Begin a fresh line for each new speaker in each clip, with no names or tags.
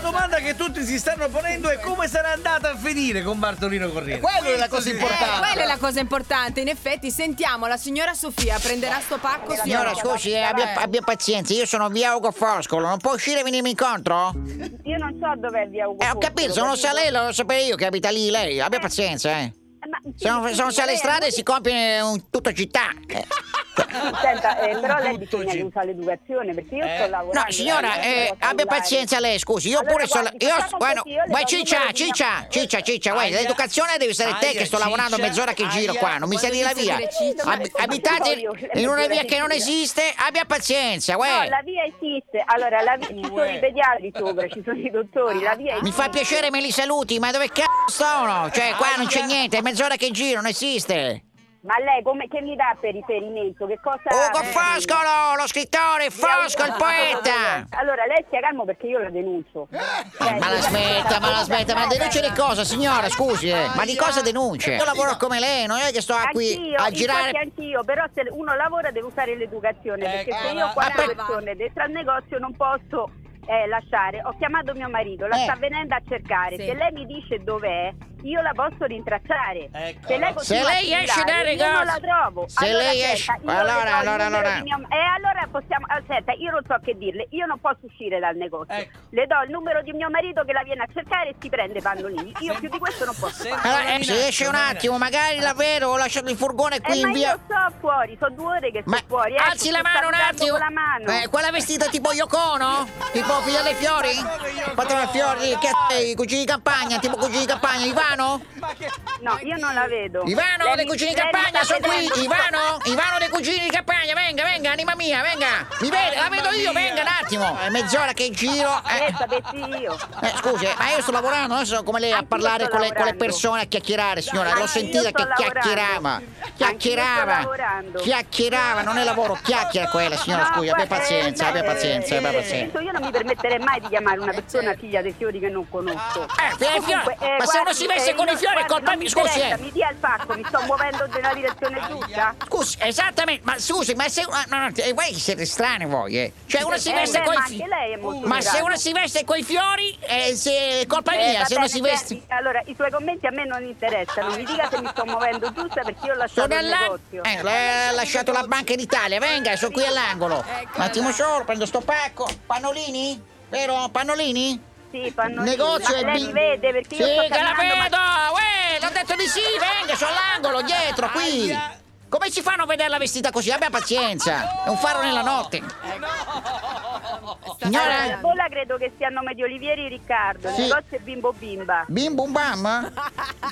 domanda che tutti si stanno ponendo è come sarà andata a finire con Bartolino Corriere.
Quella è la cosa
Questo sì.
importante.
Eh, quella è la cosa importante, in effetti sentiamo la signora Sofia prenderà sto pacco sì o
Signora,
no?
scusi, eh, abbia, abbia pazienza, io sono via Ugo Foscolo, non può uscire e venirmi incontro?
Io non so dov'è via Ugo.
Eh, ho capito, se non lo sa lei, lo sapevo io che abita lì lei, abbia pazienza, eh. Se non, se non sa le strade si compie in tutta città. Eh,
Senta, eh, però lei bisogna che usa l'educazione perché io sto lavorando.
No, signora,
eh,
eh,
sono
abbia
cellulare.
pazienza lei, scusi, io
Allora,
pure sono...
guardi,
Io,
facciamo
bueno,
così, io le
ma
do il
ciccia,
numero di
ciccia,
mia-
ciccia, ciccia, guarda,
Aia.
l'educazione deve essere te
Aia,
che sto lavorando
ciccia,
mezz'ora che
aia.
giro qua, non mi sa di la
Quando
via.
inizia a dire ciccia?
Ab- abitate in una via che non esiste, abbia pazienza,
No,
uè.
la via esiste. Allora, la via... ci sono i pediatri sopra, ci sono i dottori, la via esiste.
Ah. Mi fa piacere me li saluti, ma dove cazzo sono? Cioè, qua non c'è niente, è mezz'ora che giro, non esiste.
Ma lei come, che mi dà per riferimento? Che cosa...
Ugo
eh,
Foscolo, lo scrittore,
via Ugo
Fosco il
Foscolo.
poeta.
Allora, lei stia calmo perché io la denuncio. Eh, Cioè,
Eh, Ma l'aspetta, ma l'aspetta, ma denuncia di cosa, signora? Scusi, eh. ma di cosa denuncia? Io lavoro come lei, non è che sto qui
Anch'io,
a girare.
infatti anch'io, però se uno lavora deve usare l'educazione, perché se io
ma-
qua
Ah, per-
persone dentro al negozio non posso eh, lasciare. Ho chiamato mio marito, la
Eh.
sta venendo a cercare,
Sì.
se lei mi dice dov'è, io la posso rintracciare.
Ecco.
Se lei,
Se
continua a
lei esce
strillare,
dai
io non
negozi-
la trovo.
Se
allora,
lei esce-
senta, io
allora,
le do il
allora,
numero
allora.
di mio- eh, allora possiamo... Aspetta, io non so che dirle, io non posso uscire dal negozio.
Ecco.
Le do il numero di mio marito che la viene a cercare e si prende i pannolini. Io più di questo non posso
Senta-
fare.
Allora, eh, se esce un attimo, magari la vedo, ho lasciato il furgone
Eh,
qui
ma
in via.
io sto fuori, sono due ore che sto
Ma
fuori. ecco,
alzi la
sto
mano un
salutando
attimo.
con La mano.
Eh, quella vestita tipo Yocono? Tipo figlia dei fiori? Quattro dei fiori, che sei? Cugini di campagna, tipo cugini di campagna, Ivano?
No, io non la vedo.
eh, Ivano
Lei
dei
mi-
cugini di
lei mi
campagna,
sta
sono qui!
vedendo.
Ivano! Ivano dei cugini di campagna, venga, venga, anima mia, venga! Mi vede, la vedo io, venga un attimo! È mezz'ora che giro.
Eh,
Eh.
sapessi io.
Eh, scusi, ma io sto lavorando, non so come lei a
Anch'io
parlare
Ah, sto
con le, con le
lavorando.
persone a chiacchierare, signora. L'ho
Anch'io
sentita
sto
che chiacchierava.
lavorando. Anch'io sto
Chiacchierava.
lavorando.
Chiacchierava, non è lavoro, chiacchiera quella, signora.
No,
scusi, abbia
guarda,
pazienza,
eh,
abbia
eh,
pazienza, abbia
eh,
pazienza.
Io non mi permetterei mai di chiamare una persona figlia dei fiori che non conosco.
Eh, figlia dei fiori?
Comunque,
Ma se
guardi,
uno si veste
eh,
con i
io-
fiori è
guardi,
colpa
non
mia,
mi
scusi,
interessa,
eh.
Mi dia il pacco, mi sto muovendo nella direzione giusta.
Ah, Scusi, esattamente, ma scusi, ma se. ma- no, no, eh, voi siete strani voi, eh. Cioè, uno si
Eh,
veste
beh,
coi
ma
fi-
anche lei è molto
Ma se
bravo.
uno si veste coi fiori, eh, se- è colpa
Eh,
mia,
va
se uno
bene,
si veste.
senti, Allora, i suoi commenti a me non interessano. Mi dica se mi sto muovendo giusta perché io ho lasciato
Sono
il
all'angolo.
negozio.
Eh, lei ha lasciato la Banca d'Italia. Venga, sono qui all'angolo. Un attimo solo, prendo sto pacco. Pannolini? Vero? Pannolini?
Sì, fanno
Il negozio
Ma
è
lei
bi-
mi vede perché
Sì,
io
che
sto
la
camminando, ma-
vedo! Uè, l'ho detto di sì, venga, sono all'angolo, dietro, qui. Come ci fanno a vederla vestita così? Abbia pazienza. È un faro nella notte.
Allora,
Signora,
in bolla credo che siano Medio Olivieri Riccardo, il
Sì.
negozio è Bimbo Bimba.
bim bum bam?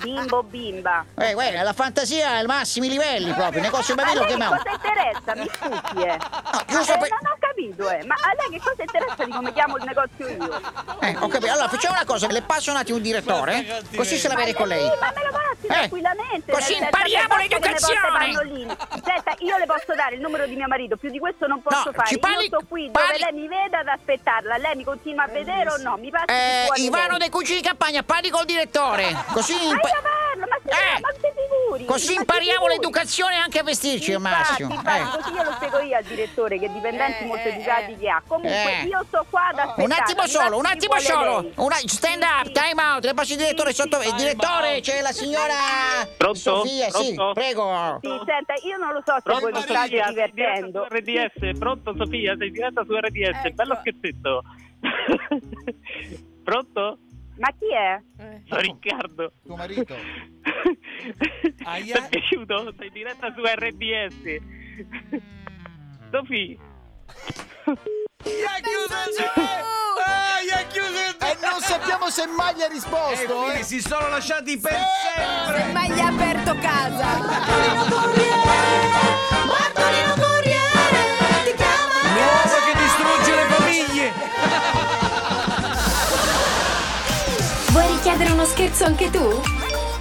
Bimbo Bimba.
Eh, guarda, la fantasia ai massimi livelli proprio. Negozio
Ma a
bello
lei
che
che
mamma.
cosa interessa? Mi scusi, eh.
No, giusto
Eh,
per-
Non ho capito, eh. Ma a lei che cosa interessa di come chiamo il negozio io?
Eh, ho capito. Allora, facciamo una cosa, le passo un attimo il direttore, così se la vede con lei.
Sì, ma me lo passi
Eh,
tranquillamente.
così
nel senso
impariamo
che posso
l'educazione.
che ne porta pannolini. Senta, io le posso dare il numero di mio marito, più di questo non posso
No,
fare.
ci parli-
io sto qui
parli-
dove lei mi veda ad aspettarla. Lei mi continua a vedere o no? Mi passa
Eh,
chi vuole
Ivano
lei.
dei Cucini di Campagna, parli col direttore. Così,
Ma
impa-
io parlo, ma signora,
Eh,
ma siete sicuri?
così
Ma
impariamo
siete sicuri?
l'educazione anche a vestirci al
Infatti,
massimo.
infatti,
Eh.
così io lo spiego io al direttore che dipendenti
Eh,
molto
eh,
educati
eh.
che ha. Comunque
Eh.
io sto qua ad aspettare.
Un attimo
mi
solo,
passi
un
chi
attimo
vuole
solo.
lei.
Una- stand
Sì,
up, eh.
sì.
time out, le passo il direttore
Sì,
sotto.
time
direttore,
out.
c'è la signora
Pronto?
Sofia, sì,
Pronto?
prego.
Sì, senta, io non lo so se voi vi state
sei diretta su
divertendo.
RDS, pronto Sofia, sei diretta su RDS,
Ecco.
bello scherzetto. pronto?
Ma chi è?
Eh.
Sono Riccardo.
Tuo marito?
Aia.
Ti è piaciuto? Sei diretta su RDS. Sofì,
Gli ha chiuso il
Pensa
gioco!
tu!
Ah, gli ha chiuso il
E
gioco!
non sappiamo se mai gli ha
E
risposto,
quindi
eh.
si sono lasciati per sempre!
Semmai gli ha aperto casa.
L'uomo che distrugge le famiglie!
Vuoi richiedere uno scherzo anche tu?